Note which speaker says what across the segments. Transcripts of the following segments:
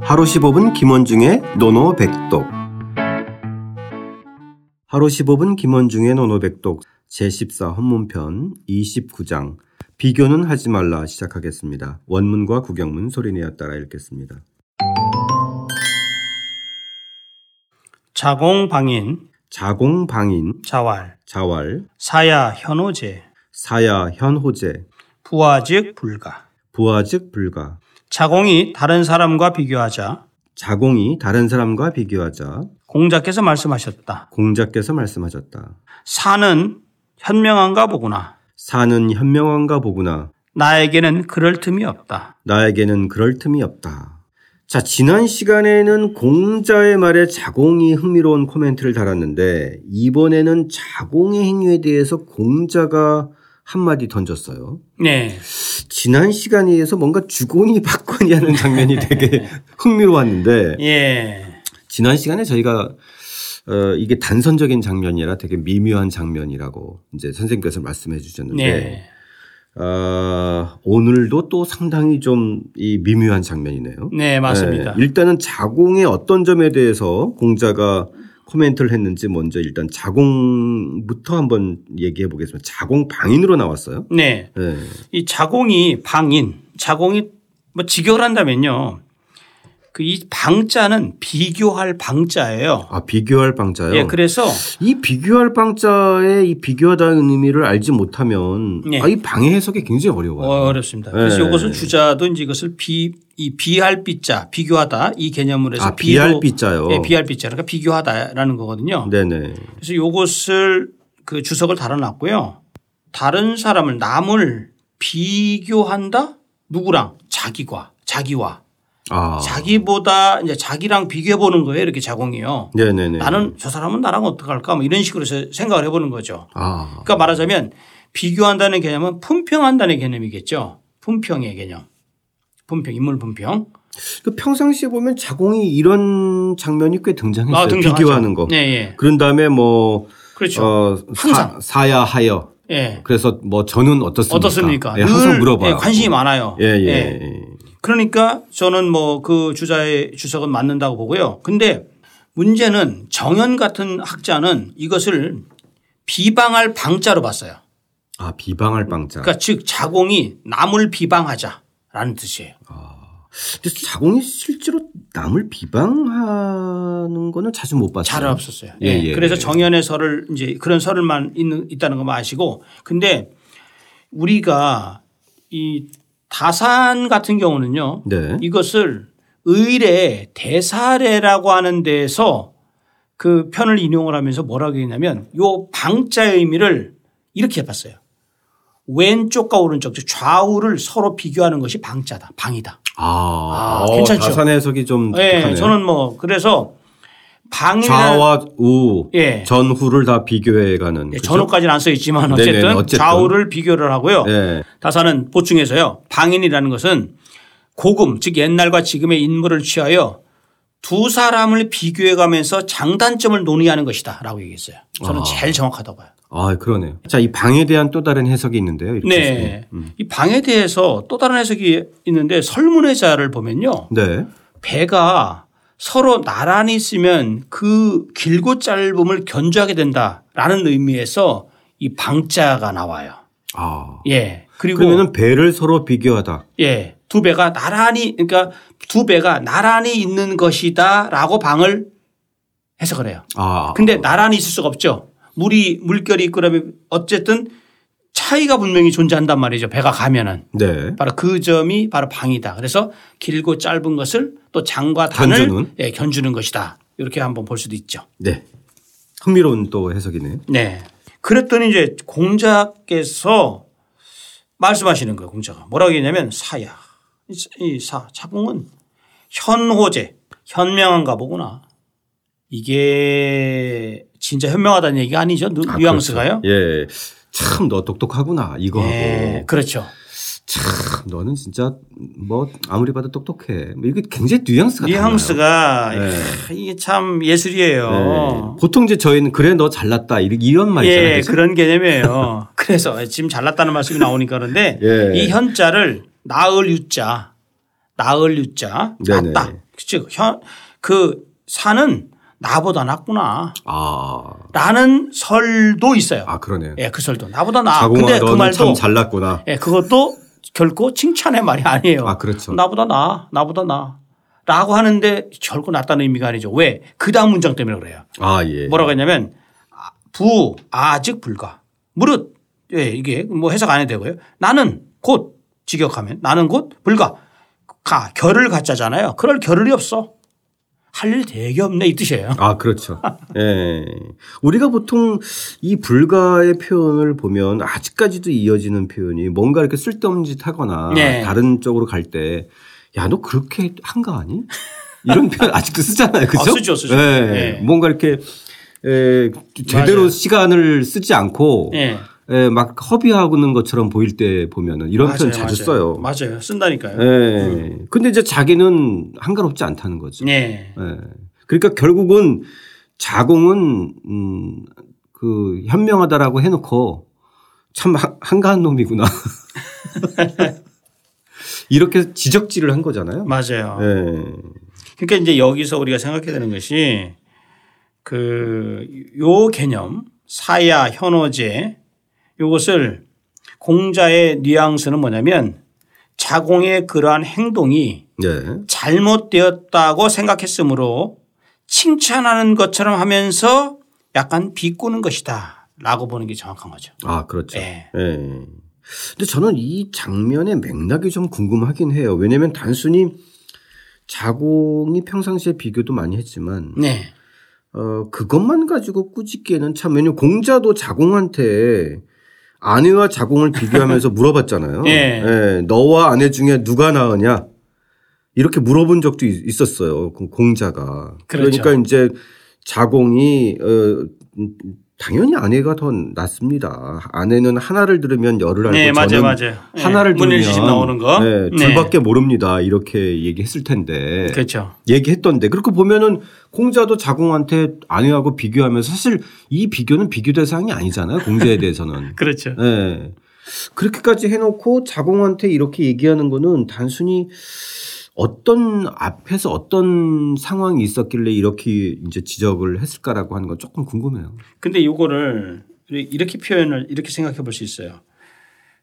Speaker 1: 하루 15분 김원중의 노노백독 하루 15분 김원중의 노노백독 제14 헌문편 29장 비교는 하지 말라 시작하겠습니다. 원문과 구경문 소리내어 따라 읽겠습니다.
Speaker 2: 자공방인,
Speaker 1: 자공방인,
Speaker 2: 자왈,
Speaker 1: 자왈,
Speaker 2: 사야 현호제,
Speaker 1: 사야 현호제,
Speaker 2: 부화직 불가.
Speaker 1: 부하즉 불가,
Speaker 2: 자공이 다른 사람과 비교하자
Speaker 1: 자공이 다른 사람과 비교하자
Speaker 2: 공자께서 말씀하셨다.
Speaker 1: 공자께서 말씀하셨다.
Speaker 2: 사는 현명한가 보구나.
Speaker 1: 사는 현명한가 보구나.
Speaker 2: 나에게는 그럴 틈이 없다.
Speaker 1: 나에게는 그럴 틈이 없다. 자, 지난 시간에는 공자의 말에 자공이 흥미로운 코멘트를 달았는데, 이번에는 자공의 행위에 대해서 공자가 한마디 던졌어요.
Speaker 2: 네.
Speaker 1: 지난 시간에 의해서 뭔가 주거니 받거니 하는 장면이 되게 흥미로웠는데,
Speaker 2: 예.
Speaker 1: 지난 시간에 저희가 어, 이게 단선적인 장면이라 되게 미묘한 장면이라고 이제 선생님께서 말씀해 주셨는데,
Speaker 2: 네.
Speaker 1: 아, 오늘도 또 상당히 좀 이 미묘한 장면이네요.
Speaker 2: 네, 맞습니다.
Speaker 1: 네, 일단은 자공의 어떤 점에 대해서 공자가 코멘트를 했는지 먼저 일단 자공부터 한번 얘기해 보겠습니다. 자공 방인으로 나왔어요.
Speaker 2: 네.
Speaker 1: 네.
Speaker 2: 이 자공이 방인, 자공이 뭐 직역한다면요. 그 이 방자는 비교할 방자예요.
Speaker 1: 아, 비교할 방자요.
Speaker 2: 예, 그래서
Speaker 1: 이 비교할 방자의 이 비교하다는 의미를 알지 못하면
Speaker 2: 네.
Speaker 1: 아, 이 방의 해석이 굉장히 어려워요.
Speaker 2: 어, 어렵습니다.
Speaker 1: 네.
Speaker 2: 그래서 이것은 주자도 이제 이것을 비, 이 비할 비자, 비교하다 이 개념으로 해서
Speaker 1: 아, 비할
Speaker 2: 비로-
Speaker 1: 비자요.
Speaker 2: 예, 비할 비자. 그러니까 비교하다라는 거거든요.
Speaker 1: 네네.
Speaker 2: 그래서 요것을 그 주석을 달아놨고요. 다른 사람을 남을 비교한다? 누구랑? 자기과, 자기와.
Speaker 1: 아.
Speaker 2: 자기보다 이제 자기랑 비교해 보는 거예요. 이렇게 자공이요.
Speaker 1: 네네네.
Speaker 2: 나는 저 사람은 나랑 어떡할까? 뭐 이런 식으로 세- 생각을 해 보는 거죠.
Speaker 1: 아.
Speaker 2: 그러니까 말하자면 비교한다는 개념은 품평한다는 개념이겠죠. 품평의 개념. 품평, 인물 품평.
Speaker 1: 그 평상시에 보면 자공이 이런 장면이 꽤 등장했어요.
Speaker 2: 등장하죠.
Speaker 1: 비교하는 거.
Speaker 2: 예, 예.
Speaker 1: 그런 다음에 뭐
Speaker 2: 그렇죠.
Speaker 1: 어,
Speaker 2: 항상.
Speaker 1: 사, 야 하여.
Speaker 2: 예.
Speaker 1: 그래서 뭐 저는 어떻습니까?
Speaker 2: 어떻습니까?
Speaker 1: 예, 항상
Speaker 2: 늘,
Speaker 1: 물어봐요.
Speaker 2: 예, 관심이 많아요.
Speaker 1: 예, 예,
Speaker 2: 예.
Speaker 1: 예.
Speaker 2: 그러니까 저는 뭐 그 주자의 주석은 맞는다고 보고요. 근데 문제는 정현 같은 학자는 이것을 비방할 방자로 봤어요.
Speaker 1: 아, 비방할 방자.
Speaker 2: 그러니까 즉 자공이 남을 비방하자라는 뜻이에요.
Speaker 1: 근데 자공이 실제로 남을 비방하는 거는 자주 못 봤어요.
Speaker 2: 잘 없었어요.
Speaker 1: 예,
Speaker 2: 예.
Speaker 1: 예,
Speaker 2: 그래서
Speaker 1: 예.
Speaker 2: 정현의 설을 이제 그런 설을만 있는 있다는 것만 아시고 근데 우리가 이 다산 같은 경우는요.
Speaker 1: 네.
Speaker 2: 이것을 의례 대사례라고 하는 데에서 그 편을 인용을 하면서 뭐라고 했냐면 요 방자의 의미를 이렇게 봤어요. 왼쪽과 오른쪽 즉 좌우를 서로 비교하는 것이 방자다. 방이다.
Speaker 1: 아,
Speaker 2: 아,
Speaker 1: 어,
Speaker 2: 괜찮죠?
Speaker 1: 자산 해석이 좀
Speaker 2: 예,
Speaker 1: 독특하네요.
Speaker 2: 저는 뭐 그래서 방이라는
Speaker 1: 좌와 우,
Speaker 2: 예.
Speaker 1: 전후를 다 비교해 가는.
Speaker 2: 예, 전후까지는 안 써 있지만
Speaker 1: 뭐 네네,
Speaker 2: 어쨌든,
Speaker 1: 어쨌든.
Speaker 2: 좌우를 비교를 하고요.
Speaker 1: 예.
Speaker 2: 다사는 보충해서요. 방인이라는 것은 고금 즉 옛날과 지금의 인물을 취하여 두 사람을 비교해가면서 장단점을 논의하는 것이다라고 얘기했어요. 저는
Speaker 1: 아.
Speaker 2: 제일 정확하다고 봐요.
Speaker 1: 아, 그러네요. 자, 이 방에 대한 또 다른 해석이 있는데요. 이렇게 해서.
Speaker 2: 네, 이 방에 대해서 또 다른 해석이 있는데 설문회자를 보면요,
Speaker 1: 네.
Speaker 2: 배가 서로 나란히 쓰면 그 길고 짧음을 견주하게 된다라는 의미에서 이 방자가 나와요.
Speaker 1: 아.
Speaker 2: 예. 그리고
Speaker 1: 그러면은 배를 서로 비교하다.
Speaker 2: 예. 두 배가 나란히 그러니까 두 배가 나란히 있는 것이다라고 방을 해석을 해요.
Speaker 1: 아.
Speaker 2: 근데 나란히 있을 수가 없죠. 물이 물결이 있고 그러면 어쨌든 차이가 분명히 존재한단 말이죠. 배가 가면은
Speaker 1: 네.
Speaker 2: 바로 그 점이 바로 방이다. 그래서 길고 짧은 것을 또 장과 단을
Speaker 1: 견주는?
Speaker 2: 예, 견주는 것이다. 이렇게 한번 볼 수도 있죠.
Speaker 1: 네. 흥미로운 또 해석이네요.
Speaker 2: 네. 그랬더니 이제 공자께서 말씀하시는 거예요. 공자가 뭐라고 했냐면 사야 이 사- 이 사, 자궁은 현호제 현명한가 보구나. 이게 진짜 현명하다는 얘기가 아니죠. 누,
Speaker 1: 아,
Speaker 2: 뉘앙스가요.
Speaker 1: 그렇죠. 예. 참 너 똑똑하구나 이거
Speaker 2: 예,
Speaker 1: 하고
Speaker 2: 그렇죠.
Speaker 1: 참 너는 진짜 뭐 아무리 봐도 똑똑해 뭐 이게 굉장히 뉘앙스가
Speaker 2: 뉘앙스가
Speaker 1: 네.
Speaker 2: 크, 이게 참 예술이에요.
Speaker 1: 달라요. 네. 보통 이제 저희는 그래 너 잘났다 이런- 이런 말 있잖아요.
Speaker 2: 예,
Speaker 1: 그죠?
Speaker 2: 그런 개념이에요. 그래서 지금 잘났다는 말씀이 나오니까 그런데
Speaker 1: 예.
Speaker 2: 이 현자를 나을 유자 나을 유자
Speaker 1: 네네.
Speaker 2: 낫다. 그치? 현, 그 산은 나보다 낫구나.
Speaker 1: 아,
Speaker 2: 라는 설도 있어요.
Speaker 1: 아 그러네요.
Speaker 2: 예, 그 설도. 나보다 나. 근데 그
Speaker 1: 자공하던 참
Speaker 2: 말도
Speaker 1: 잘났구나.
Speaker 2: 예, 그것도 결코 칭찬의 말이 아니에요.
Speaker 1: 아 그렇죠.
Speaker 2: 나보다 나, 나보다 나. 라고 하는데 결코 낫다는 의미가 아니죠. 왜? 그 다음 문장 때문에 그래요.
Speaker 1: 아 예.
Speaker 2: 뭐라고 했냐면 아, 부, 아직 불가. 무릇. 예, 이게 뭐 해석 안 해도 되고요. 나는 곧 직역하면 나는 곧 불가. 가, 결을 갖자잖아요. 그럴 결을이 없어. 할 일 되게 없네 이 뜻이에요.
Speaker 1: 아, 그렇죠. 예. 우리가 보통 이 불가의 표현을 보면 아직까지도 이어지는 표현이 뭔가 이렇게 쓸데없는 짓 하거나
Speaker 2: 네.
Speaker 1: 다른 쪽으로 갈 때 야, 너 그렇게 한 거 아니? 이런 표현 아직도 쓰잖아요. 그죠?
Speaker 2: 아, 쓰죠, 쓰죠.
Speaker 1: 예.
Speaker 2: 네.
Speaker 1: 뭔가 이렇게 예, 제대로
Speaker 2: 맞아요.
Speaker 1: 시간을 쓰지 않고
Speaker 2: 예.
Speaker 1: 예, 막 허비하고 있는 것처럼 보일 때 보면은 이런 표현
Speaker 2: 맞아요,
Speaker 1: 자주
Speaker 2: 맞아요. 음.
Speaker 1: 써요.
Speaker 2: 맞아요. 쓴다니까요.
Speaker 1: 예. 근데 이제 자기는 한가롭지 않다는 거죠.
Speaker 2: 예.
Speaker 1: 예. 그러니까 결국은 자공은 음, 그 현명하다라고 해놓고 참 한- 한가한 놈이구나 이렇게 지적질을 한 거잖아요.
Speaker 2: 맞아요.
Speaker 1: 예.
Speaker 2: 그러니까 이제 여기서 우리가 생각해야 되는 것이 그 요 개념 사야 현어제 요것을 공자의 뉘앙스는 뭐냐면 자공의 그러한 행동이
Speaker 1: 예.
Speaker 2: 잘못되었다고 생각했으므로 칭찬하는 것처럼 하면서 약간 비꼬는 것이다 라고 보는 게 정확한 거죠.
Speaker 1: 아 그렇죠.
Speaker 2: 예.
Speaker 1: 예. 근데 저는 이 장면의 맥락이 좀 궁금하긴 해요. 왜냐하면 단순히 자공이 평상시에 비교도 많이 했지만
Speaker 2: 네.
Speaker 1: 어, 그것만 가지고 꾸짖기에는 참, 왜냐면 공자도 자공한테 아내와 자공을 비교하면서 물어봤잖아요.
Speaker 2: 예.
Speaker 1: 너와 아내 중에 누가 나으냐? 이렇게 물어본 적도 있- 있었어요. 그 공자가.
Speaker 2: 그렇죠.
Speaker 1: 그러니까 이제 자공이, 어, 음, 당연히 아내가 더 낫습니다. 아내는 하나를 들으면 열을 알고
Speaker 2: 네, 맞아요,
Speaker 1: 그러니까 저는
Speaker 2: 맞아요. 예.
Speaker 1: 하나를
Speaker 2: 문일
Speaker 1: 들으면
Speaker 2: 주심 나오는 거.
Speaker 1: 네,
Speaker 2: 네.
Speaker 1: 둘밖에 모릅니다. 이렇게 얘기했을 텐데.
Speaker 2: 그렇죠.
Speaker 1: 얘기했던데 그렇게 보면은 공자도 자공한테 안외하고 비교하면서 사실 이 비교는 비교 대상이 아니잖아요 공자에 대해서는
Speaker 2: 그렇죠.
Speaker 1: 예 그렇게까지 해놓고 자공한테 이렇게 얘기하는 거는 단순히 어떤 앞에서 어떤 상황이 있었길래 이렇게 이제 지적을 했을까라고 하는 건 조금 궁금해요
Speaker 2: 근데 이거를 이렇게 표현을 이렇게 생각해 볼 수 있어요.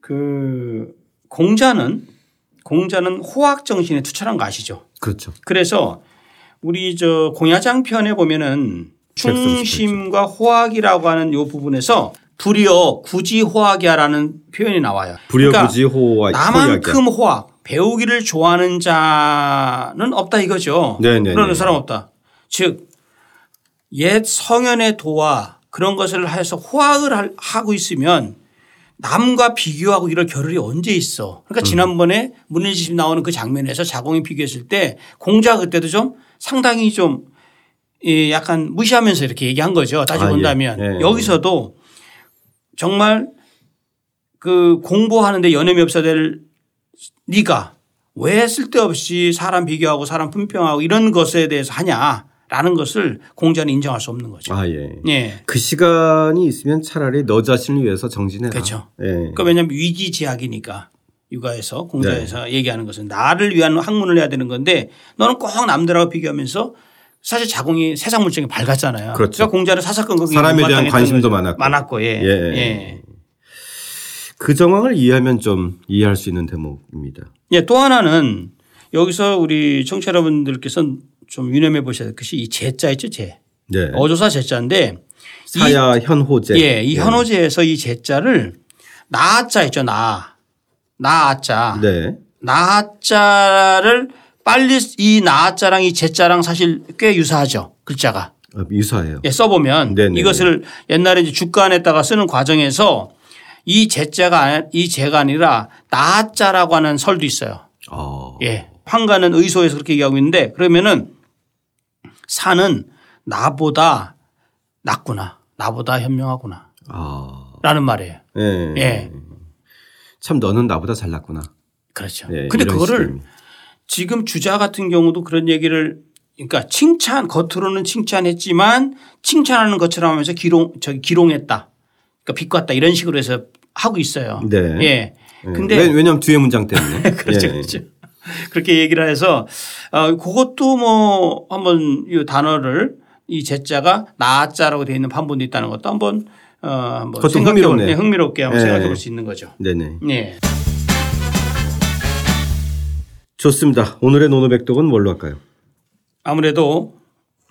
Speaker 2: 그 공자는 공자는 호학 정신에 투철한 거 아시죠?
Speaker 1: 그렇죠
Speaker 2: 그래서 우리 저 공야장 편에 보면은 충심과 호학이라고 하는 요 부분에서 불이여 굳이 호학이야라는 표현이 나와요. 그러니까
Speaker 1: 불여부지호와
Speaker 2: 나만큼 호학 배우기를 좋아하는 자는 없다 이거죠.
Speaker 1: 네네네.
Speaker 2: 그런 사람 없다. 즉, 옛 성현의 도와 그런 것을 해서 호학을 할- 하고 있으면 남과 비교하고 이럴 겨를이 언제
Speaker 1: 음.
Speaker 2: 있어. 그러니까 지난번에 문일지심 나오는 그 장면에서 자공이 비교했을 때 공자 그때도 좀 상당히 좀 예, 약간 무시하면서 이렇게 얘기한 거죠. 따지고
Speaker 1: 아, 예.
Speaker 2: 본다면
Speaker 1: 예.
Speaker 2: 여기서도 정말 그 공부하는데 연애미 없어야 될 네가 왜 쓸데없이 사람 비교하고 사람 품평하고 이런 것에 대해서 하냐라는 것을 공자는 인정할 수 없는 거죠.
Speaker 1: 아예그
Speaker 2: 예.
Speaker 1: 시간이 있으면 차라리 너 자신을 위해서 정진해라
Speaker 2: 그렇죠.
Speaker 1: 예
Speaker 2: 그러니까 왜냐하면 위기지학이니까 육아에서 공자에서
Speaker 1: 네.
Speaker 2: 얘기하는 것은 나를 위한 학문을 해야 되는 건데 너는 꼭 남들하고 비교하면서 사실 자공이 세상 물정이 밝았잖아요.
Speaker 1: 그렇죠.
Speaker 2: 러니까 공자는 사사건건
Speaker 1: 사람에 대한 관심도 많았고.
Speaker 2: 많았고 예.
Speaker 1: 예.
Speaker 2: 예.
Speaker 1: 그 정황을 이해하면 좀 이해할 수 있는 대목입니다.
Speaker 2: 예, 또 하나는 여기서 우리 청취자 여러분들께서 좀 유념해 보셔야 될 것이 이 제자 있죠, 제.
Speaker 1: 네.
Speaker 2: 어조사 제자인데
Speaker 1: 사야 현호제.
Speaker 2: 예, 이 현호제에서 이 제자를 나자 있죠, 나. 나자.
Speaker 1: 네.
Speaker 2: 나자를 빨리 이 나자랑 이 제자랑 사실 꽤 유사하죠. 글자가.
Speaker 1: 어, 유사해요.
Speaker 2: 예, 써보면
Speaker 1: 네네.
Speaker 2: 이것을 옛날에 이제 주간에다가 쓰는 과정에서 이 제자가 아니- 이 제가 아니라 나자라고 하는 설도 있어요.
Speaker 1: 어.
Speaker 2: 예. 황가는 의소에서 그렇게 얘기하고 있는데 그러면은 사는 나보다 낫구나. 나보다 현명하구나.
Speaker 1: 아.
Speaker 2: 라는 말이에요.
Speaker 1: 예.
Speaker 2: 예.
Speaker 1: 참 너는 나보다 잘났구나.
Speaker 2: 그렇죠.
Speaker 1: 예,
Speaker 2: 근데
Speaker 1: 이런
Speaker 2: 그거를
Speaker 1: 시점이.
Speaker 2: 지금 주자 같은 경우도 그런 얘기를 그러니까 칭찬 겉으로는 칭찬했지만 칭찬하는 것처럼 하면서 기롱 저기 기롱했다. 그러니까 비꼬았다 이런 식으로 해서 하고 있어요.
Speaker 1: 네.
Speaker 2: 예.
Speaker 1: 예.
Speaker 2: 근데
Speaker 1: 왜- 왜냐면 뒤에 문장 때문에.
Speaker 2: 그렇죠.
Speaker 1: 예.
Speaker 2: 그렇죠. 그렇게 얘기를 해서 어, 그것도 뭐 한번 이 단어를 이 제자가 나자라고 되어 있는 판본도 있다는 것도 한번 어 한번
Speaker 1: 그것도
Speaker 2: 생각해 볼-
Speaker 1: 흥미롭네요.
Speaker 2: 네, 흥미롭게 한번
Speaker 1: 네.
Speaker 2: 생각해 볼 수 있는 거죠.
Speaker 1: 네네.
Speaker 2: 네.
Speaker 1: 좋습니다. 오늘의 노노백독은 뭘로 할까요?
Speaker 2: 아무래도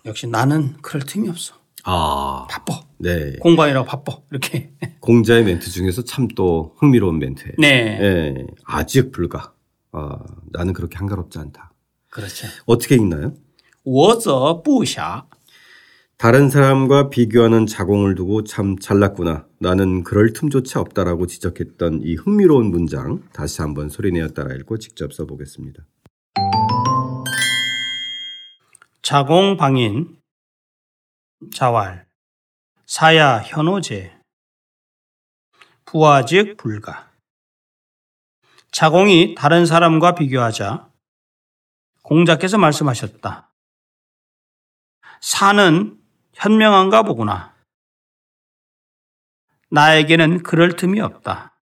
Speaker 2: 역시 나는 그럴 틈이 없어.
Speaker 1: 아.
Speaker 2: 바빠.
Speaker 1: 네.
Speaker 2: 공부하느라 바빠. 이렇게.
Speaker 1: 공자의 멘트 중에서 참 또 흥미로운 멘트예요.
Speaker 2: 네.
Speaker 1: 예. 아직 불가. 아, 나는 그렇게 한가롭지 않다.
Speaker 2: 그렇죠.
Speaker 1: 어떻게 읽나요?
Speaker 2: 我则不暇
Speaker 1: 다른 사람과 비교하는 자공을 두고 참 잘났구나. 나는 그럴 틈조차 없다라고 지적했던 이 흥미로운 문장 다시 한번 소리내어 따라 읽고 직접 써보겠습니다.
Speaker 2: 자공 방인 자활 사야 현호제 부화직 불가 자공이 다른 사람과 비교하자 공자께서 말씀하셨다. 사는 현명한가 보구나. 나에게는 그럴 틈이 없다.